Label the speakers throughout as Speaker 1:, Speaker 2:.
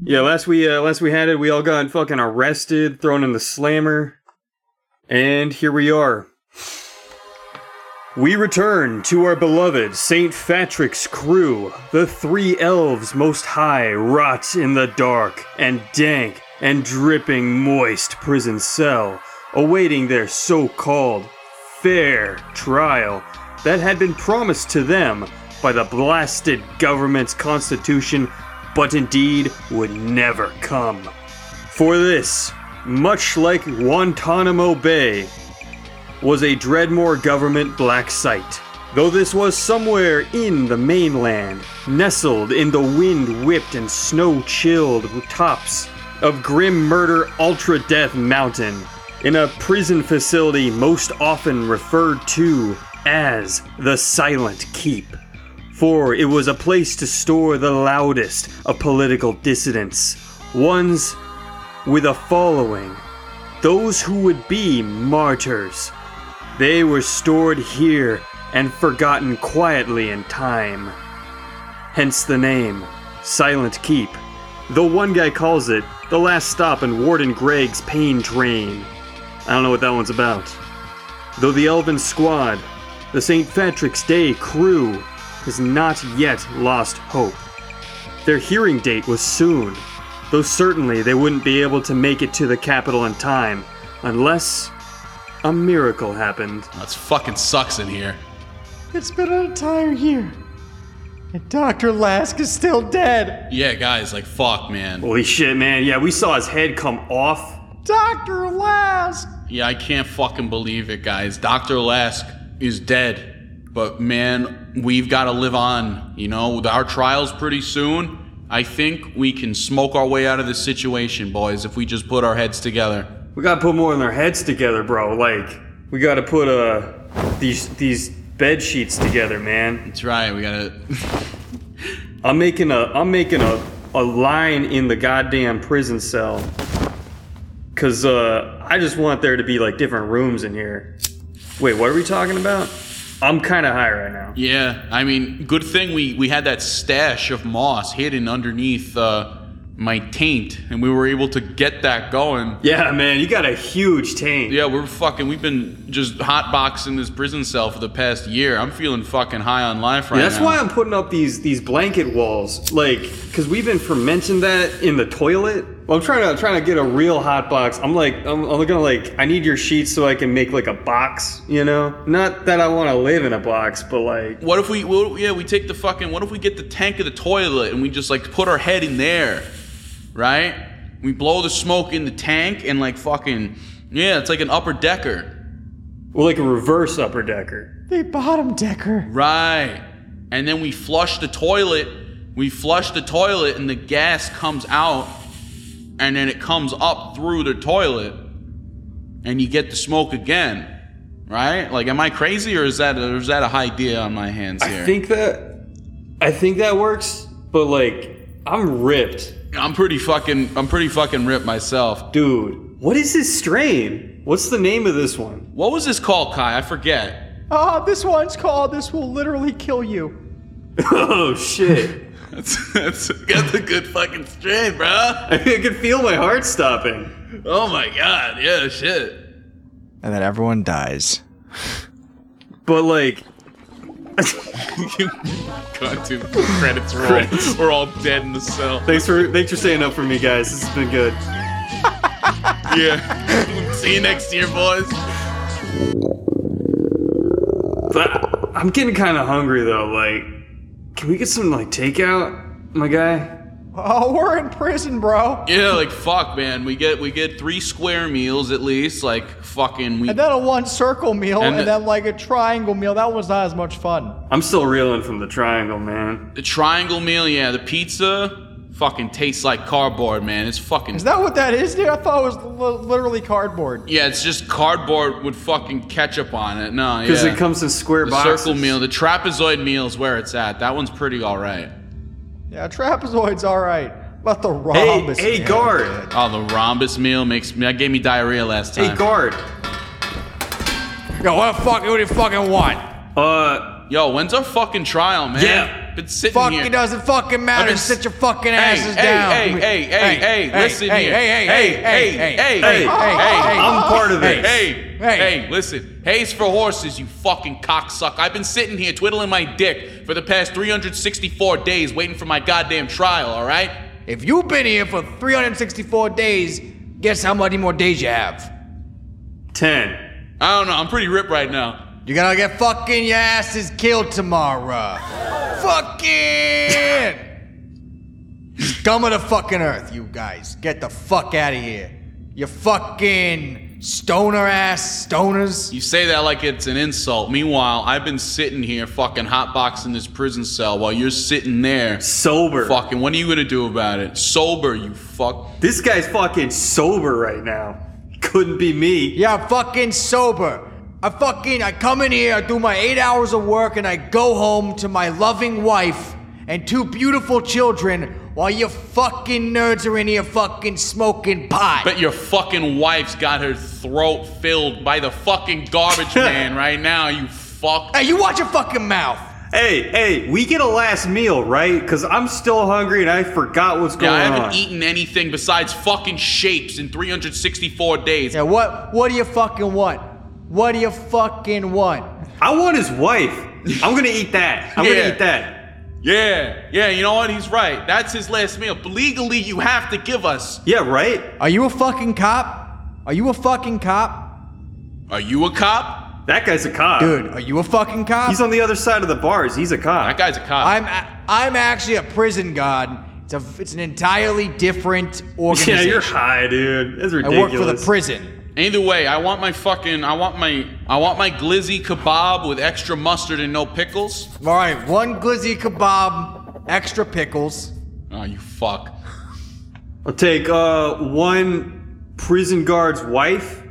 Speaker 1: Yeah, last we uh, last we had it, we all got fucking arrested, thrown in the slammer, and here we are. We return to our beloved Saint Patrick's crew. The three elves most high rot in the dark and dank and dripping moist prison cell, awaiting their so-called fair trial that had been promised to them by the blasted government's constitution but indeed would never come. For this, much like Guantanamo Bay, was a Dreadmore government black site. Though this was somewhere in the mainland, nestled in the wind whipped and snow chilled tops of Grim Murder Ultra Death Mountain, in a prison facility most often referred to as the Silent Keep for it was a place to store the loudest of political dissidents, ones with a following, those who would be martyrs. They were stored here and forgotten quietly in time. Hence the name, Silent Keep. Though one guy calls it the last stop in Warden Greg's pain train. I don't know what that one's about. Though the Elven Squad, the St. Patrick's Day crew, has not yet lost hope. Their hearing date was soon, though certainly they wouldn't be able to make it to the capital in time unless a miracle happened.
Speaker 2: That's fucking sucks in here.
Speaker 3: It's been an entire year. And Dr. Lask is still dead.
Speaker 2: Yeah, guys, like fuck, man.
Speaker 1: Holy shit, man. Yeah, we saw his head come off.
Speaker 3: Dr. Lask!
Speaker 2: Yeah, I can't fucking believe it, guys. Dr. Lask is dead. But man, we've got to live on. You know, our trial's pretty soon. I think we can smoke our way out of this situation, boys, if we just put our heads together.
Speaker 1: We gotta put more in their heads together, bro. Like, we gotta put uh these these bed sheets together, man.
Speaker 2: That's right, we gotta.
Speaker 1: I'm making a I'm making a, a line in the goddamn prison cell. Cause uh I just want there to be like different rooms in here. Wait, what are we talking about? I'm kinda high right now.
Speaker 2: Yeah, I mean, good thing we, we had that stash of moss hidden underneath uh, my taint, and we were able to get that going.
Speaker 1: Yeah, man, you got a huge taint.
Speaker 2: Yeah, we're fucking. We've been just hotboxing this prison cell for the past year. I'm feeling fucking high on life right
Speaker 1: Yeah, that's
Speaker 2: now.
Speaker 1: why I'm putting up these these blanket walls, like, cause we've been fermenting that in the toilet. I'm trying to trying to get a real hot box. I'm like, I'm, I'm gonna like, I need your sheets so I can make like a box, you know? Not that I want to live in a box, but like,
Speaker 2: What if we? Well, yeah, we take the fucking. What if we get the tank of the toilet and we just like put our head in there, right? We blow the smoke in the tank and like fucking. Yeah, it's like an upper decker,
Speaker 1: well, like a reverse upper decker.
Speaker 3: They bottom decker.
Speaker 2: right? And then we flush the toilet. We flush the toilet and the gas comes out, and then it comes up through the toilet, and you get the smoke again, right? Like, am I crazy or is that or is that a high idea on my hands here?
Speaker 1: I think that, I think that works, but like, I'm ripped,
Speaker 2: I'm pretty fucking. I'm pretty fucking ripped myself.
Speaker 1: dude. What is this strain? What's the name of this one?
Speaker 2: What was this called, Kai? I forget.
Speaker 3: Ah, this one's called This Will Literally Kill You.
Speaker 1: Oh shit.
Speaker 2: That's, that's, that's a good fucking strain, bro.
Speaker 1: I could feel my heart stopping.
Speaker 2: Oh my god, yeah, shit.
Speaker 4: and then everyone dies.
Speaker 1: But like
Speaker 2: Cut to credits roll. We're all dead in the cell.
Speaker 1: thanks for thanks for staying up for me guys. This has been good.
Speaker 2: Yeah. See you next year, boys.
Speaker 1: But I'm getting kinda hungry though, like can we get some like takeout, my guy?
Speaker 3: Oh, we're in prison, bro.
Speaker 2: Yeah, like fuck, man. We get we get three square meals at least. Like fucking we.
Speaker 3: And then a one circle meal,
Speaker 2: And
Speaker 3: and,
Speaker 2: the-
Speaker 3: then like a triangle meal. That was not as much fun.
Speaker 1: I'm still reeling from the triangle, man.
Speaker 2: The triangle meal, yeah. The pizza, Fucking tastes like cardboard, man. It's fucking.
Speaker 3: Is that what that is, dude? I thought it was li- literally cardboard.
Speaker 2: yeah, it's just cardboard with fucking ketchup on it. No,
Speaker 1: Because
Speaker 2: yeah.
Speaker 1: it comes in square
Speaker 2: the
Speaker 1: boxes.
Speaker 2: circle meal, the trapezoid meal is where it's at. That one's pretty all right.
Speaker 3: Yeah, trapezoid's all right. But the
Speaker 1: Hey,
Speaker 3: rhombus.
Speaker 1: hey,
Speaker 3: man,
Speaker 1: guard!
Speaker 2: Oh, the rhombus meal makes me. That gave me diarrhea last time.
Speaker 1: Hey, guard!
Speaker 4: Yo, what the fuck? What do you fucking want?
Speaker 1: Uh,
Speaker 2: Yo, when's our fucking trial, man?
Speaker 1: Yeah.
Speaker 2: Been sitting
Speaker 4: Fuck,
Speaker 2: here.
Speaker 4: it doesn't fucking matter.
Speaker 2: I've been-
Speaker 4: Sit your fucking
Speaker 2: Hey,
Speaker 4: asses
Speaker 2: hey,
Speaker 4: down.
Speaker 2: Hey, hey, hey, hey, listen
Speaker 4: hey,
Speaker 2: here.
Speaker 4: Hey, hey, hey, hey, hey, hey,
Speaker 1: hey, I'm part of
Speaker 4: Hey,
Speaker 1: this.
Speaker 2: Hey, hey,
Speaker 4: Hey.
Speaker 2: listen. Hay's for horses, you fucking cocksuck. I've been sitting here twiddling my dick for the past 364 days waiting for my goddamn trial, all right?
Speaker 4: If you've been here for 364 days, guess how many more days you have?
Speaker 1: ten.
Speaker 2: I don't know. I'm pretty ripped right now.
Speaker 4: You're gonna get fucking your asses killed tomorrow. fucking! Scum of the fucking earth, you guys. Get the fuck out of here. You fucking stoner ass stoners.
Speaker 2: You say that like it's an insult. Meanwhile, I've been sitting here fucking hotboxing this prison cell while you're sitting there.
Speaker 1: Sober.
Speaker 2: Fucking, what are you gonna do about it? Sober, you fuck.
Speaker 1: This guy's fucking sober right now. Couldn't be me.
Speaker 4: Yeah, I'm fucking sober. I fucking I come in here, I do my eight hours of work, and I go home to my loving wife and two beautiful children while you fucking nerds are in here fucking smoking pot.
Speaker 2: Bet your fucking wife's got her throat filled by the fucking garbage man right now, you fuck.
Speaker 4: hey, you watch your fucking mouth.
Speaker 1: Hey, hey, we get a last meal, right? Because I'm still hungry and I forgot what's going
Speaker 2: Yeah, I haven't
Speaker 1: on.
Speaker 2: eaten anything besides fucking shapes in 364 days.
Speaker 4: Yeah, what what do you fucking want? What do you fucking want?
Speaker 1: I want his wife. I'm gonna eat that. I'm
Speaker 2: Yeah.
Speaker 1: gonna eat that.
Speaker 2: Yeah, yeah, you know what? He's right. That's his last meal. But legally, you have to give us.
Speaker 1: Yeah, right?
Speaker 4: Are you a fucking cop? Are you a fucking cop?
Speaker 2: Are you a cop?
Speaker 1: That guy's a cop.
Speaker 4: Dude, are you a fucking cop?
Speaker 1: Uh, He's on the other side of the bars. He's a cop.
Speaker 2: That guy's a cop.
Speaker 4: I'm a- I'm actually a prison guard. It's a it's an entirely different
Speaker 1: yeah,
Speaker 4: organization.
Speaker 1: you're high, dude. That's
Speaker 4: I
Speaker 1: ridiculous.
Speaker 4: work for the prison.
Speaker 2: Either way, I want my fucking, I want my, I want my glizzy kebab with extra mustard and no pickles.
Speaker 4: All right, one glizzy kebab, extra pickles.
Speaker 2: Oh, you fuck.
Speaker 1: I'll take uh one prison guard's wife,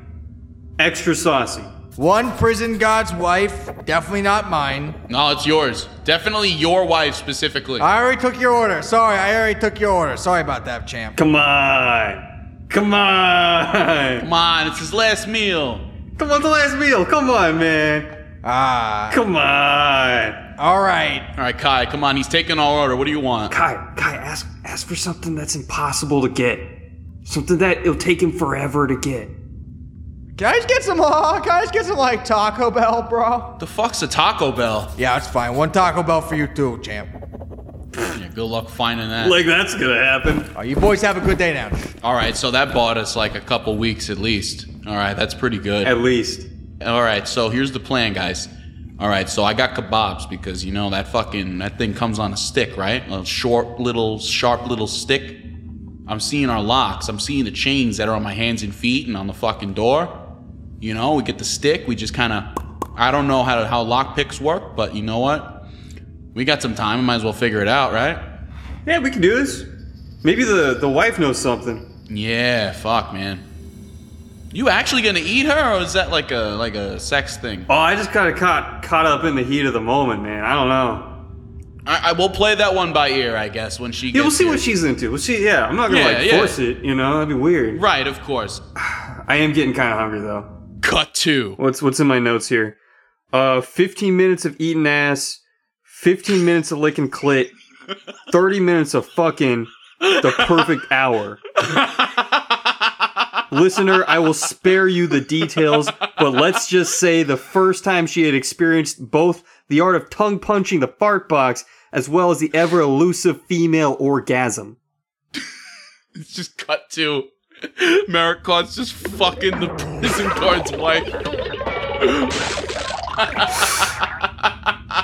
Speaker 1: extra saucy.
Speaker 4: One prison guard's wife, definitely not mine.
Speaker 2: No, it's yours. Definitely your wife specifically.
Speaker 4: I already took your order. Sorry, I already took your order. Sorry about that, champ.
Speaker 1: Come on. Come on.
Speaker 2: Come on, it's his last meal.
Speaker 1: Come on, the last meal. Come on, man.
Speaker 4: Ah,
Speaker 1: Come on.
Speaker 4: all right.
Speaker 2: All right, Kai, come on. He's taking our order. What do you want?
Speaker 1: Kai, Kai, ask ask for something that's impossible to get. Something that it'll take him forever to get.
Speaker 4: Can I just get some? Uh, can I just get some like Taco Bell, bro?
Speaker 2: The fuck's a Taco Bell?
Speaker 4: Yeah, it's fine. One Taco Bell for you too, champ.
Speaker 2: Yeah, good luck finding that.
Speaker 1: Like that's gonna happen.
Speaker 4: All right, you boys have a good day now.
Speaker 2: All right, so that bought us like a couple weeks at least. All right, that's pretty good.
Speaker 1: At least.
Speaker 2: All right, so here's the plan, guys. All right, so I got kebabs because you know that fucking that thing comes on a stick, right? A short little sharp little stick. I'm seeing our locks. I'm seeing the chains that are on my hands and feet and on the fucking door. You know, we get the stick. We just kind of I don't know how how lock picks work, but you know what? We got some time. We might as well figure it out, right?
Speaker 1: Yeah, we can do this. Maybe the, the wife knows something.
Speaker 2: Yeah, fuck, man. You actually gonna eat her, or is that like a like a sex thing?
Speaker 1: Oh, I just kinda caught caught up in the heat of the moment, man. I don't know.
Speaker 2: I, I will play that one by ear, I guess, when she. Gets
Speaker 1: Yeah, we'll see
Speaker 2: here.
Speaker 1: what she's into. We'll see. Yeah, I'm not gonna
Speaker 2: Yeah,
Speaker 1: like
Speaker 2: yeah.
Speaker 1: force it. You know, that'd be weird.
Speaker 2: Right, of course.
Speaker 1: I am getting kind of hungry though.
Speaker 2: Cut two.
Speaker 1: What's what's in my notes here? Uh, 15 minutes of eating ass, 15 minutes of licking clit, 30 minutes of fucking, the perfect hour. Listener, I will spare you the details, but let's just say the first time she had experienced both the art of tongue punching the fart box as well as the ever elusive female orgasm.
Speaker 2: It's just cut two. Merrick Clark's just fucking the prison guard's wife.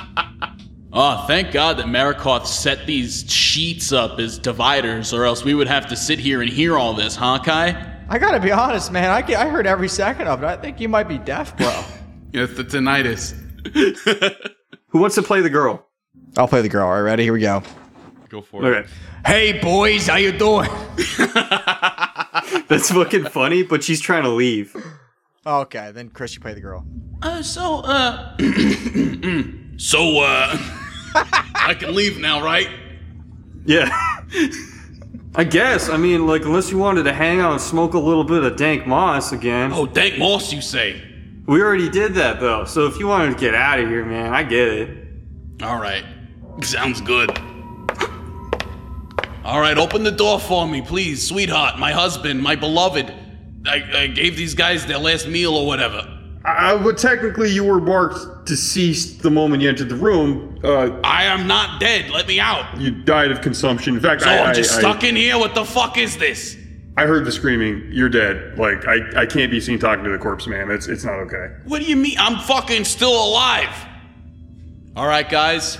Speaker 2: Oh, thank God that Marikoth set these sheets up as dividers, or else we would have to sit here and hear all this, huh, Kai?
Speaker 3: I gotta be honest, man. I, ca- I heard every second of it. I think you might be deaf, bro.
Speaker 2: Yes, the tinnitus.
Speaker 1: Who wants to play the girl?
Speaker 4: I'll play the girl. All right, ready? Here we go.
Speaker 2: Go for it.
Speaker 1: Okay.
Speaker 4: Hey boys, how you doing?
Speaker 1: That's fucking funny, but she's trying to leave.
Speaker 4: Okay, then Chris, you play the girl.
Speaker 2: Uh, so, uh, so, uh, I can leave now, right?
Speaker 1: Yeah. I guess. I mean, like, unless you wanted to hang out and smoke a little bit of dank moss again.
Speaker 2: Oh, dank moss, you say?
Speaker 1: We already did that, though. So if you wanted to get out of here, man, I get it.
Speaker 2: All right. Sounds good. All right, open the door for me, please, sweetheart, my husband, my beloved. I, I gave these guys their last meal or whatever.
Speaker 5: Uh, but technically, you were marked deceased the moment you entered the room. Uh,
Speaker 2: I am not dead. Let me out.
Speaker 5: you died of consumption. In fact,
Speaker 2: So
Speaker 5: I,
Speaker 2: I'm
Speaker 5: I-
Speaker 2: just
Speaker 5: I-
Speaker 2: stuck in here. What the fuck is this?
Speaker 5: I heard the screaming. You're dead. Like I, I can't be seen talking to the corpse man. It's it's not okay.
Speaker 2: What do you mean? I'm fucking still alive. All right, guys.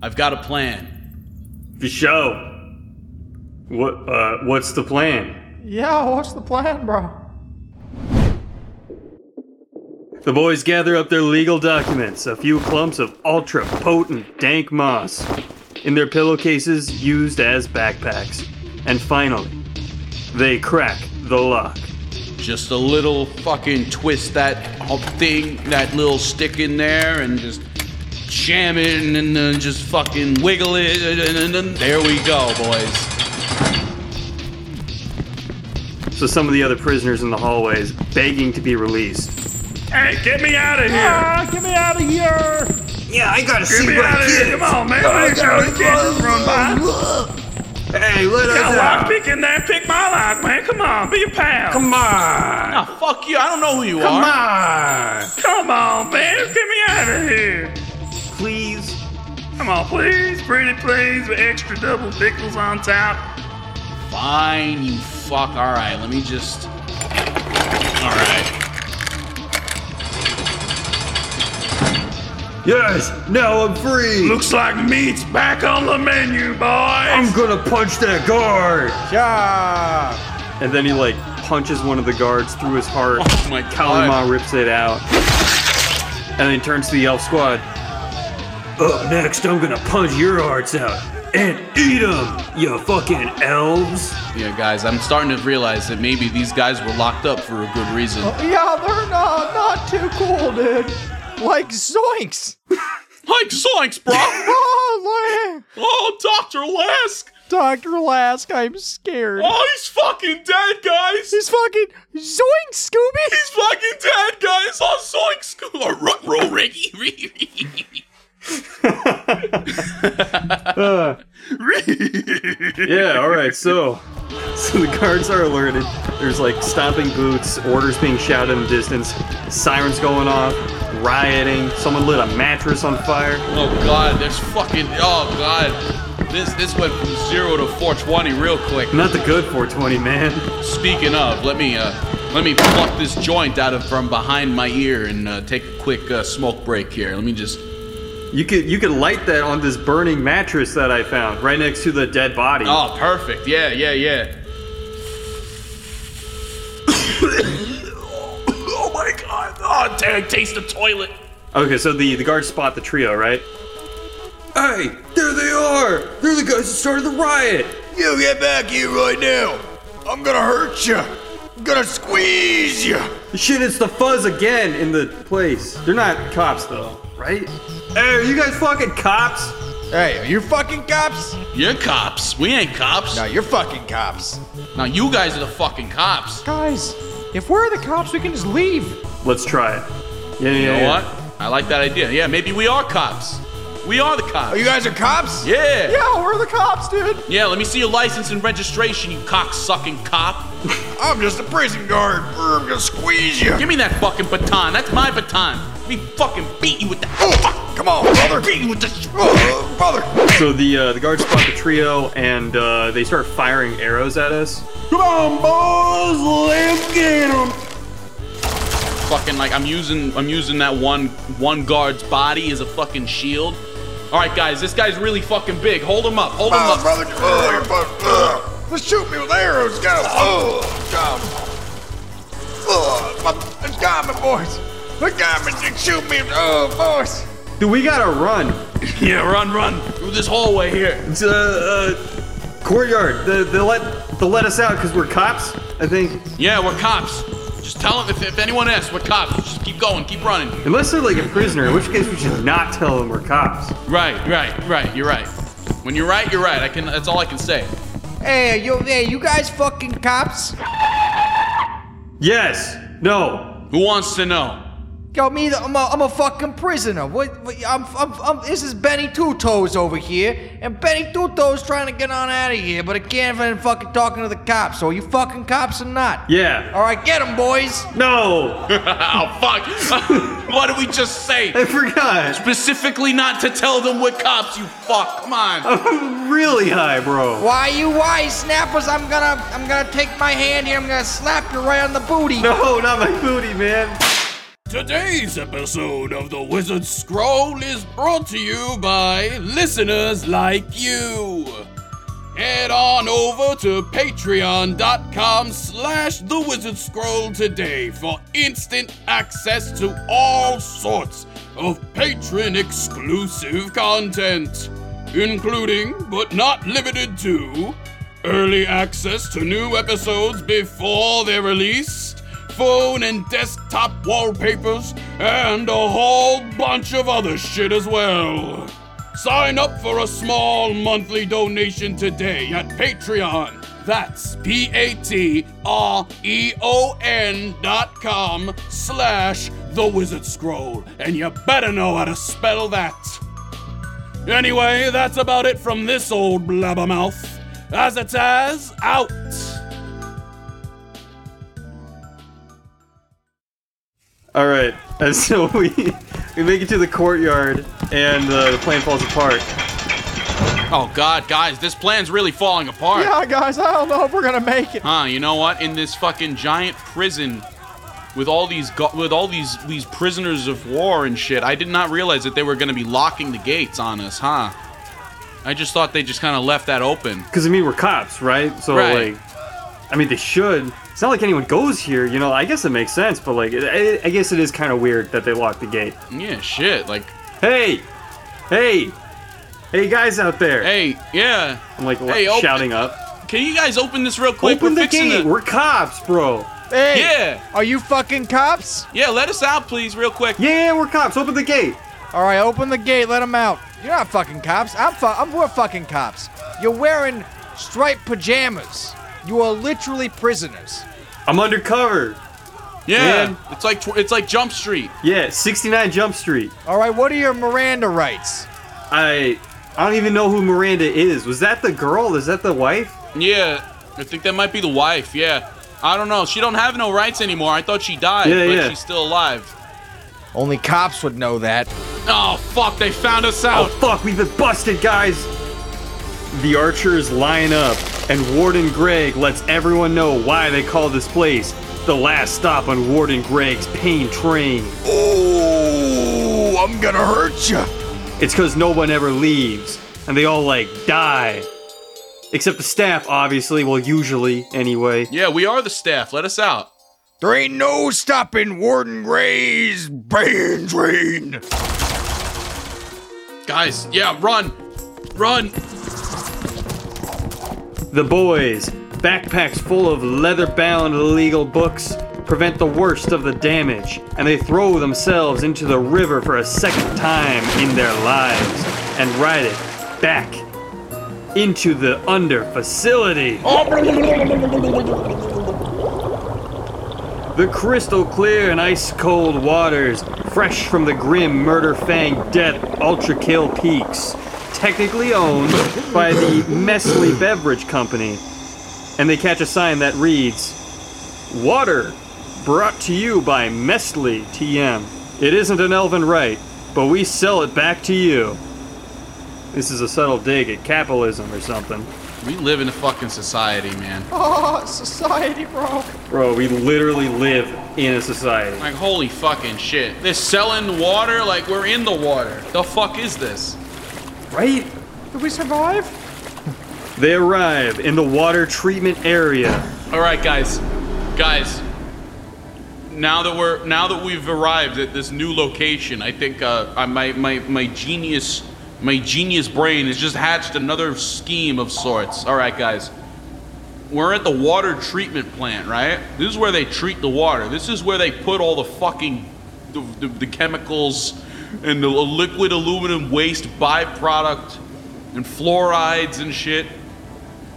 Speaker 2: I've got a plan.
Speaker 1: The show. What? Uh, what's the plan?
Speaker 3: Yeah, what's the plan, bro?
Speaker 1: The boys gather up their legal documents, a few clumps of ultra potent dank moss, in their pillowcases used as backpacks, and finally, they crack the lock.
Speaker 2: Just a little fucking twist that whole thing, that little stick in there, and just jam it, and then just fucking wiggle it, and then- then there we go, boys.
Speaker 1: So some of the other prisoners in the hallways begging to be released. Hey, get me out of here!
Speaker 3: Ah, get me out of here!
Speaker 1: Yeah, I gotta see
Speaker 5: Get out of here! Come on, man! I ain't trying to get this run by.
Speaker 1: Hey, let us
Speaker 6: Lock pick in there, pick my lock, man. Come on, be a pal. Come on,
Speaker 2: Nah, Ah, fuck you. I don't know who you are.
Speaker 6: come on, man. Get me out of here.
Speaker 1: Please.
Speaker 6: Come on, please, pretty please, with extra double pickles on top.
Speaker 2: Fine, you fuck. All right, let me just. All right.
Speaker 1: Yes! Now I'm free!
Speaker 6: Looks like meat's back on the menu, boys.
Speaker 1: I'm gonna punch that guard!
Speaker 4: Yeah.
Speaker 1: And then he like punches one of the guards through his heart.
Speaker 2: Oh my
Speaker 1: Kalima rips it out. And then he turns to the elf squad. Up next, I'm gonna punch your hearts out and eat them, you fucking elves!
Speaker 2: Yeah, guys, I'm starting to realize that maybe these guys were locked up for a good reason.
Speaker 3: Yeah, they're not, not too cool, dude. Like zoinks!
Speaker 2: Like zoinks, bro.
Speaker 3: Oh, la-
Speaker 2: oh, Doctor Lask.
Speaker 3: Dr. Lask, I'm scared.
Speaker 2: Oh, he's fucking dead, guys.
Speaker 3: He's fucking zoinks, Scooby!
Speaker 2: He's fucking dead, guys. Oh, zoinks. School. Roll, Ricky.
Speaker 1: Yeah, alright, so. So the guards are alerted. There's like stomping boots, orders being shouted in the distance, sirens going off, rioting, someone lit a mattress on fire.
Speaker 2: Oh god, there's fucking. Oh god. This this went from zero to 420 real quick.
Speaker 1: Not the good 420, man.
Speaker 2: Speaking of, let me uh, let me pluck this joint out of from behind my ear and uh, take a quick uh, smoke break here. Let me just.
Speaker 1: You could you could light that on this burning mattress that I found right next to the dead body.
Speaker 2: Oh, perfect. Yeah, yeah, yeah. oh my god. Oh, Derek, taste the toilet.
Speaker 1: Okay, so the the guards spot the trio, right? Hey, there they are! They're the guys that started the riot.
Speaker 4: You get back here right now. I'm gonna hurt you. I'm gonna squeeze you.
Speaker 1: Shit, it's the fuzz again in the place. They're not cops though, right? Hey, are you guys fucking cops?
Speaker 4: Hey, are you fucking cops?
Speaker 2: You're cops. We ain't cops.
Speaker 4: No, you're fucking cops.
Speaker 2: Now you guys are the fucking cops.
Speaker 3: Guys, if we're the cops, we can just leave.
Speaker 1: Let's try it. Yeah, yeah,
Speaker 2: You know
Speaker 1: yeah.
Speaker 2: what? I like that idea. Yeah, maybe we are cops. We are the
Speaker 4: Oh,
Speaker 2: cops.
Speaker 4: you guys are cops?
Speaker 2: yeah. yeah.
Speaker 3: Yeah, we're the cops, dude.
Speaker 2: let me see your license and registration, you cocksucking cop.
Speaker 4: I'm just a prison guard. Brr, I'm gonna squeeze you.
Speaker 2: Give me that fucking baton. That's my baton. Let me fucking beat you with that.
Speaker 4: Oh, fuck. Come on, brother.
Speaker 2: Beat you with the.
Speaker 4: Oh, uh, brother.
Speaker 1: So the uh, the guards spot the trio and uh, they start firing arrows at us.
Speaker 5: Come on, boys! Let's get 'em.
Speaker 2: fucking like I'm using I'm using that one one guard's body as a fucking shield. All right, guys, this guy's really fucking big. Hold him up. Hold him
Speaker 4: Oh,
Speaker 2: up.
Speaker 4: brother. Oh, you're fuck- uh, Let's shoot me with arrows. Go. Oh, God. Oh, my- Let's go, my boys. Let's go, my Shoot me. Oh, boys.
Speaker 1: Dude, we gotta run.
Speaker 6: Yeah, run, run.
Speaker 2: through this hallway here.
Speaker 1: It's, uh, uh, courtyard. They, they let they let us out because we're cops. I think
Speaker 2: Yeah, we're cops. Just tell them if, if anyone asks, we're cops. Just keep going, keep running.
Speaker 1: unless they're like a prisoner, in which case we should not tell them we're cops.
Speaker 2: Right, right, right. You're right. When you're right, you're right. I can. That's all I can say.
Speaker 4: Hey, you, hey, you guys fucking cops?
Speaker 1: Yes. No.
Speaker 2: Who wants to know?
Speaker 4: Yo, me, I'm a, I'm a fucking prisoner. What? what- I'm, I'm, I'm, this is Benny Two Toes over here, and Benny Two Toes trying to get on out of here, but I can't if I'm fucking talking to the cops. So are you fucking cops or not?
Speaker 1: Yeah.
Speaker 4: All right, get him, boys.
Speaker 1: No.
Speaker 2: oh fuck! what did we just say?
Speaker 1: I forgot.
Speaker 2: Specifically, not to tell them we're cops. You fuck! Come on.
Speaker 1: I'm really high, bro.
Speaker 4: Why you wise snappers? I'm gonna, I'm gonna take my hand here. I'm gonna slap you right on the booty.
Speaker 1: No, not my booty, man.
Speaker 7: Today's episode of The Wizard Scroll is brought to you by listeners like you. Head on over to patreon.com slash the wizard scroll today for instant access to all sorts of patron exclusive content, including but not limited to early access to new episodes before they're released, phone and desktop wallpapers, and a whole bunch of other shit as well. Sign up for a small monthly donation today at Patreon. That's P A T R E O N dot com slash The Wizard Scroll. And you better know how to spell that. Anyway, that's about it from this old blabbermouth. As it is, out.
Speaker 1: All right, and so we we make it to the courtyard, and uh, the plane falls apart.
Speaker 2: Oh god, guys, this plan's really falling apart.
Speaker 3: Yeah, guys, I don't know if we're gonna make it.
Speaker 2: Huh? You know what? In this fucking giant prison, with all these go- with all these these prisoners of war and shit, I did not realize that they were gonna be locking the gates on us, huh? I just thought they just kind of left that open.
Speaker 1: Because I mean, we're cops, right? So
Speaker 2: Right.
Speaker 1: like, I mean, they should. It's not like anyone goes here, you know. I guess it makes sense, but like, I, I guess it is kind of weird that they locked the gate.
Speaker 2: Yeah, shit. Like,
Speaker 1: Hey, hey, hey, guys out there!
Speaker 2: hey, yeah.
Speaker 1: I'm like
Speaker 2: hey, open-
Speaker 1: shouting up.
Speaker 2: Can you guys open this real quick?
Speaker 1: open
Speaker 2: We're
Speaker 1: the
Speaker 2: fixing
Speaker 1: gate. We're cops, bro.
Speaker 3: Hey,
Speaker 2: Yeah.
Speaker 3: are you fucking cops?
Speaker 2: Yeah, let us out, please, real quick.
Speaker 1: Yeah, we're cops. Open the gate.
Speaker 3: All right, open the gate. Let them out.
Speaker 4: You're not fucking cops. I'm, fu- I'm we're fucking cops. You're wearing striped pajamas. You are literally prisoners.
Speaker 1: I'm undercover.
Speaker 2: Yeah,
Speaker 1: Man.
Speaker 2: it's like tw- it's like Jump Street.
Speaker 1: Yeah, 69 Jump Street.
Speaker 4: All right, what are your Miranda rights?
Speaker 1: I I don't even know who Miranda is. Was that the girl? Is that the wife?
Speaker 2: Yeah, I think that might be the wife. Yeah, I don't know. She don't have no rights anymore. I thought she died,
Speaker 1: Yeah,
Speaker 2: but
Speaker 1: yeah.
Speaker 2: she's still alive.
Speaker 4: Only cops would know that.
Speaker 2: Oh fuck! They found us
Speaker 1: Oh
Speaker 2: out.
Speaker 1: fuck, we've been busted, guys! The archers line up, and Warden Greg lets everyone know why they call this place the last stop on Warden Greg's pain train.
Speaker 4: Ooh, I'm gonna hurt you.
Speaker 1: It's because no one ever leaves, and they all like die. Except the staff, obviously, well, usually, anyway.
Speaker 2: Yeah, we are the staff. Let us out.
Speaker 4: There ain't no stopping Warden Gray's brain drain.
Speaker 2: Guys, yeah, run, run.
Speaker 1: The boys, backpacks full of leather bound illegal books, prevent the worst of the damage, and they throw themselves into the river for a second time in their lives and ride it back into the under facility. The crystal clear and ice cold waters, fresh from the grim Murder Fang Death Ultra Kill Peaks, technically owned by the Messley Beverage Company. And they catch a sign that reads Water, brought to you by Messley TM. It isn't an elven right, but we sell it back to you. This is a subtle dig at capitalism or something.
Speaker 2: We live in a fucking society, man.
Speaker 3: Oh, society, bro.
Speaker 1: Bro, we literally live in a society.
Speaker 2: Like holy fucking shit. They're selling water like we're in the water. The fuck is this?
Speaker 1: Right?
Speaker 3: Did we survive?
Speaker 1: They arrive in the water treatment area.
Speaker 2: All right, guys, guys. Now that we're now that we've arrived at this new location, I think uh, I, my my my genius My genius brain has just hatched another scheme of sorts. All right, guys. We're at the water treatment plant, right? This is where they treat the water. This is where they put all the fucking the, the, the chemicals and the liquid aluminum waste byproduct and fluorides and shit.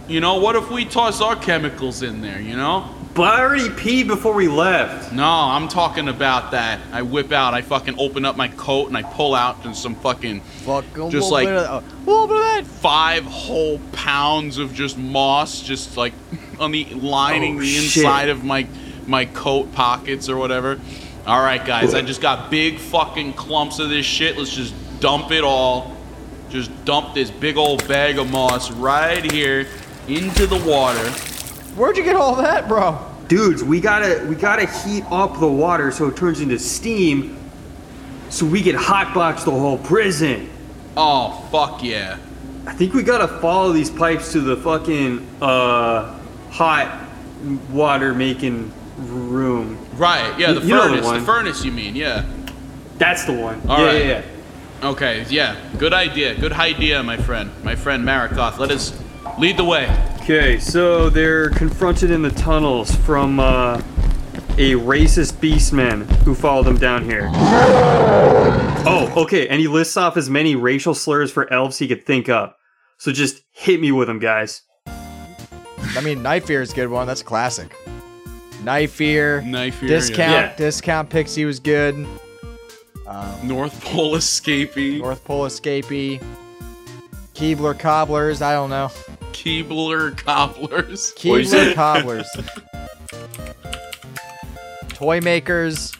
Speaker 2: You know, what if we toss our chemicals in there, you know?
Speaker 1: But I already peed before we left.
Speaker 2: No, I'm talking about that. I whip out, I fucking open up my coat and I pull out just some fucking
Speaker 4: Fuck, oh, a
Speaker 2: Just
Speaker 4: little
Speaker 2: like-
Speaker 4: bit of, a little bit of that.
Speaker 2: five whole pounds of just moss just like on the lining
Speaker 1: Oh,
Speaker 2: the
Speaker 1: shit.
Speaker 2: inside of my my coat pockets or whatever. All right, guys, I just got big fucking clumps of this shit. Let's just dump it all. Just dump this big old bag of moss right here into the water.
Speaker 4: Where'd you get all that, bro?
Speaker 1: Dudes, we gotta we gotta heat up the water so it turns into steam so we can hotbox the whole prison.
Speaker 2: Oh, fuck yeah.
Speaker 1: I think we gotta follow these pipes to the fucking uh hot water making room.
Speaker 2: Right, yeah, the
Speaker 1: You know the
Speaker 2: furnace. The,
Speaker 1: one.
Speaker 2: furnace, you mean, yeah.
Speaker 1: That's the one.
Speaker 2: All
Speaker 1: yeah,
Speaker 2: right.
Speaker 1: yeah, yeah.
Speaker 2: Okay, yeah. Good idea. Good idea, my friend. My friend Marakoth. Let us lead the way.
Speaker 1: Okay, so they're confronted in the tunnels from uh, a racist beastman who followed them down here. Oh, okay, and he lists off as many racial slurs for elves he could think up. So just hit me with them, guys.
Speaker 4: I mean, knife ear is a good one. That's a classic. Knife ear.
Speaker 2: Knife ear,
Speaker 4: Discount.
Speaker 1: yeah. Yeah.
Speaker 4: Discount pixie was good.
Speaker 2: North Pole escapee.
Speaker 4: North Pole escapee. Keebler cobblers. I don't know.
Speaker 2: Keebler cobblers.
Speaker 4: Keebler cobblers. Toy makers.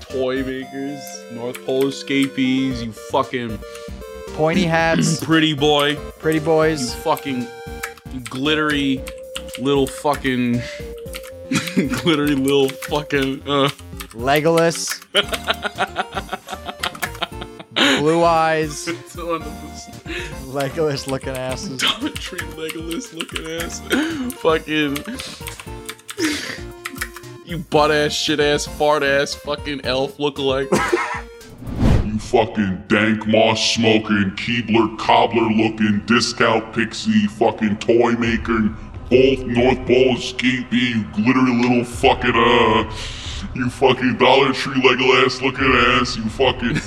Speaker 2: Toy makers. North Pole escapees. You fucking
Speaker 4: Pointy hats.
Speaker 2: pretty boy.
Speaker 4: Pretty
Speaker 2: You
Speaker 4: boys.
Speaker 2: fucking glittery little fucking glittery little fucking uh
Speaker 4: Legolas. Blue eyes.
Speaker 2: one of those
Speaker 4: Legolas looking asses.
Speaker 2: Doubletree Legolas looking ass. fucking. you butt ass, shit ass, fart ass, fucking elf lookalike.
Speaker 8: You fucking dank moss smoking, Keebler cobbler looking, discount pixie, fucking toy maker, both North Pole escapee, you glittery little fucking uh, you fucking Dollar Tree Legolas looking ass, you fucking.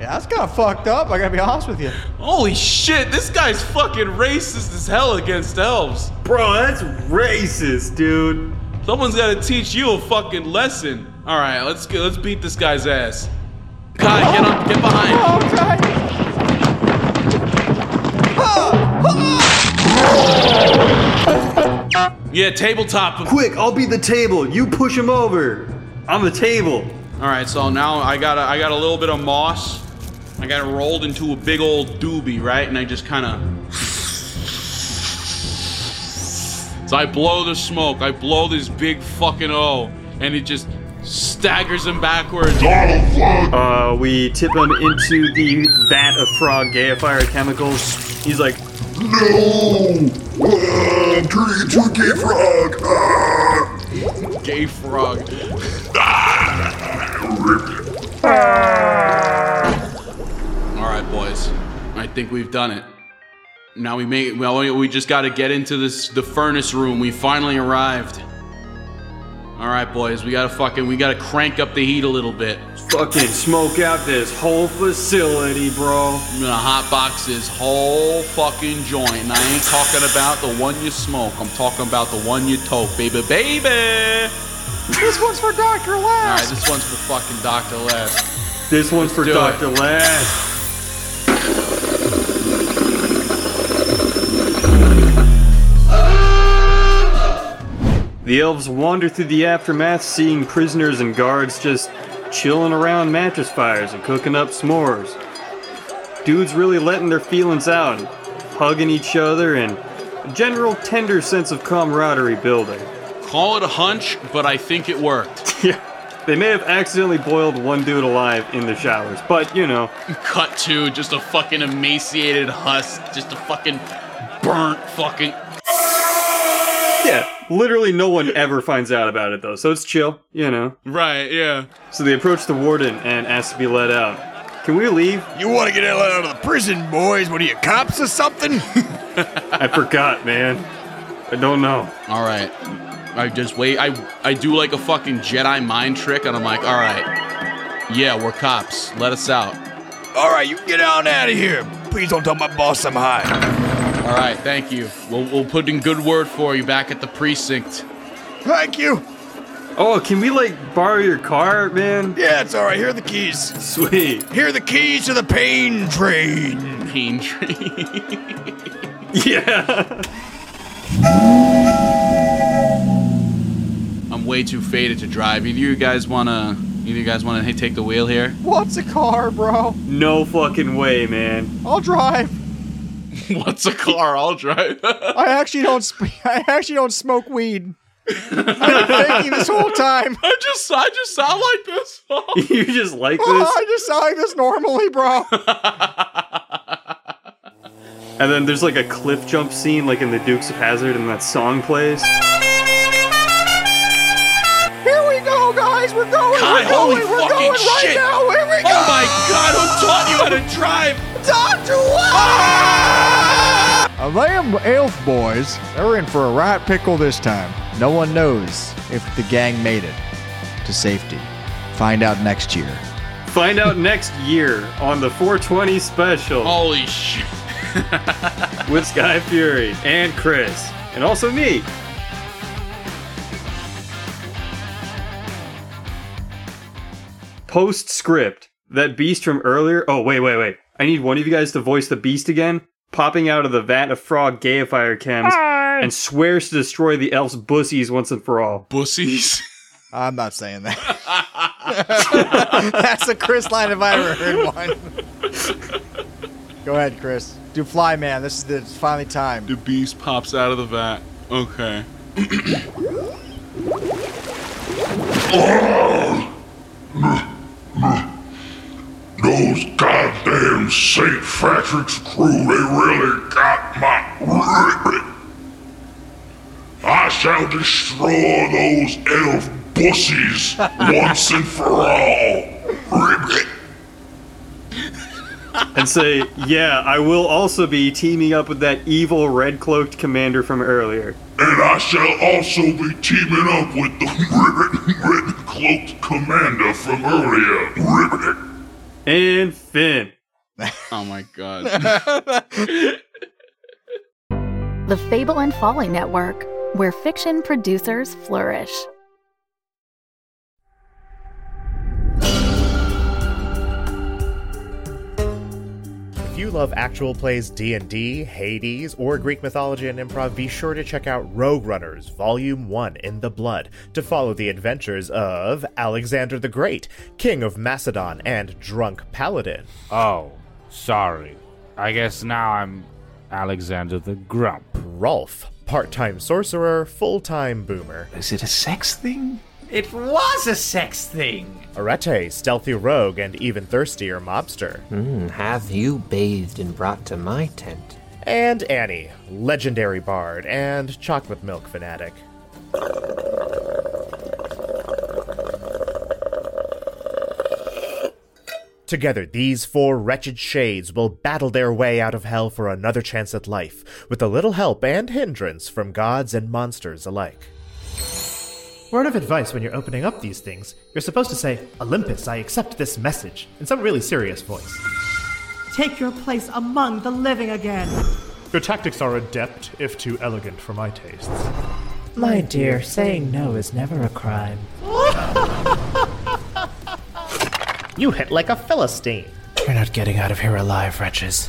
Speaker 4: Yeah, that's kind of fucked up. I gotta be honest with you.
Speaker 2: Holy shit, this guy's fucking racist as hell against elves.
Speaker 1: Bro, that's racist, dude.
Speaker 2: Someone's gotta teach you a fucking lesson. Alright, let's go, let's beat this guy's ass. Kai, get up, get behind.
Speaker 4: Oh, God.
Speaker 2: Yeah, tabletop.
Speaker 1: Quick, I'll be the table. You push him over. I'm the table.
Speaker 2: Alright, so now I got a, I got a little bit of moss. I got it rolled into a big old doobie, right? And I just kind of. So I blow the smoke. I blow this big fucking O, and it just staggers him backwards.
Speaker 8: Donald Fuck!
Speaker 1: Uh, we tip him into the vat of frog gaifier chemicals. He's like,
Speaker 8: No! Ah, I'm turning into a gay frog! Ah!
Speaker 2: Gay frog. All right, boys. I think we've done it. Now we may. Well, we- we just got to get into this the furnace room. We finally arrived. All right, boys. We gotta fucking. We gotta crank up the heat a little bit.
Speaker 1: fucking smoke out this whole facility, bro.
Speaker 2: I'm gonna hotbox this whole fucking joint. And I ain't talking about the one you smoke. I'm talking about the one you toke, baby, baby.
Speaker 4: This one's for Dr.
Speaker 2: All right,
Speaker 4: Lass.
Speaker 2: this one's for fucking Dr. Left.
Speaker 1: This one's for
Speaker 2: do it.
Speaker 1: Dr. Lash. The elves wander through the aftermath, seeing prisoners and guards just chilling around mattress fires and cooking up s'mores. Dudes really letting their feelings out, and hugging each other, and a general tender sense of camaraderie building.
Speaker 2: Call it a hunch, but I think it worked.
Speaker 1: Yeah. They may have accidentally boiled one dude alive in the showers, but you know.
Speaker 2: Cut to just a fucking emaciated husk, just a fucking burnt fucking.
Speaker 1: Yeah, literally no one ever finds out about it though, so it's chill, you know.
Speaker 2: Right, yeah.
Speaker 1: So they approach the warden and ask to be let out. Can we leave?
Speaker 9: You want to get out of the prison, boys? What are you, cops or something?
Speaker 1: I forgot, man. I don't know.
Speaker 2: All right. I just wait. I I do like a fucking Jedi mind trick, and I'm like, all right, yeah, we're cops. Let us out.
Speaker 9: All right, you can get on out of here. Please don't tell my boss I'm high.
Speaker 2: All right, thank you. We'll, we'll put in good word for you back at the precinct.
Speaker 9: Thank you.
Speaker 1: Oh, can we like borrow your car, man?
Speaker 9: Yeah, it's all right. Here are the keys.
Speaker 1: Sweet.
Speaker 9: Here are the keys to the pain train.
Speaker 2: Pain train.
Speaker 1: Yeah.
Speaker 2: I'm way too faded to drive. Either you guys wanna, either you guys wanna hey, take the wheel here?
Speaker 3: What's a car, bro?
Speaker 1: No fucking way, man.
Speaker 3: I'll drive.
Speaker 2: What's a car? I'll drive.
Speaker 3: I actually don't. Sp- I actually don't smoke weed. I've been thinking this whole time.
Speaker 2: I just, I just sound like this.
Speaker 1: you just like
Speaker 3: Oh, I
Speaker 1: this?
Speaker 3: just sound like this normally, bro.
Speaker 1: And then there's like a cliff jump scene, like in the Dukes of Hazard, and that song plays.
Speaker 3: Here we go, guys. We're going.
Speaker 2: God,
Speaker 3: we're going.
Speaker 2: holy
Speaker 3: we're
Speaker 2: fucking
Speaker 3: going right
Speaker 2: shit.
Speaker 3: now. Here we
Speaker 2: Oh
Speaker 3: go.
Speaker 2: my god, who taught you how to drive?
Speaker 3: Doctor
Speaker 4: Uh, them elf boys, they were in for a right pickle this time. No one knows if the gang made it to safety. Find out next year.
Speaker 1: Find out next year on the 420 special
Speaker 2: Holy shit.
Speaker 1: with Sky Fury and Chris, and also me. Postscript. That beast from earlier. Oh, wait, wait, wait. I need one of you guys to voice the beast again, popping out of the vat of frog gaifier chems, and swears to destroy the elf's bussies once and for all.
Speaker 2: Bussies.
Speaker 4: I'm not saying that. That's a Chris line if I ever heard one. Go ahead, Chris. Do fly, man. This is the it's finally time.
Speaker 2: The beast pops out of the vat. Okay.
Speaker 8: Those goddamn St. Patrick's crew, they really got my. I shall destroy those elf pussies once and for all.
Speaker 1: And say, yeah, I will also be teaming up with that evil red cloaked commander from earlier.
Speaker 8: And I shall also be teaming up with the red cloaked commander from earlier.
Speaker 1: And Finn.
Speaker 2: Oh my god.
Speaker 10: The Fable and Folly Network, where fiction producers flourish.
Speaker 11: If you love actual plays D&D, Hades, or Greek mythology and improv, be sure to check out Rogue Runners Volume 1 in the Blood to follow the adventures of Alexander the Great, King of Macedon and Drunk Paladin.
Speaker 12: Oh, sorry. I guess now I'm Alexander the Grump.
Speaker 11: Rolf, part-time sorcerer, full-time boomer.
Speaker 12: Is it a sex thing?
Speaker 13: It was a sex thing.
Speaker 11: Arete, stealthy rogue and even thirstier mobster.
Speaker 14: have you bathed and brought to my tent?
Speaker 11: And Annie, legendary bard and chocolate milk fanatic. Together, these four wretched shades will battle their way out of hell for another chance at life, with a little help and hindrance from gods and monsters alike.
Speaker 15: Word of advice when you're opening up these things, you're supposed to say, Olympus, I accept this message, in some really serious voice.
Speaker 16: Take your place among the living again.
Speaker 15: Your tactics are adept, if too elegant for my tastes.
Speaker 13: My dear, saying no is never a crime.
Speaker 15: You hit like a Philistine.
Speaker 13: You're not getting out of here alive, wretches.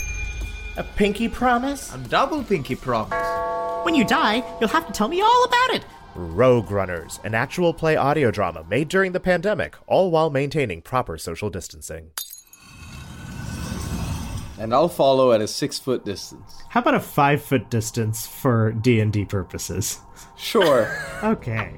Speaker 11: A pinky promise?
Speaker 4: A double pinky promise.
Speaker 16: When you die, you'll have to tell me all about it.
Speaker 11: Rogue Runners, an actual play audio drama made during the pandemic, all while maintaining proper social distancing.
Speaker 17: and I'll follow at a six foot distance.
Speaker 15: How about a five foot distance for D and D purposes?
Speaker 17: Sure.
Speaker 15: Okay.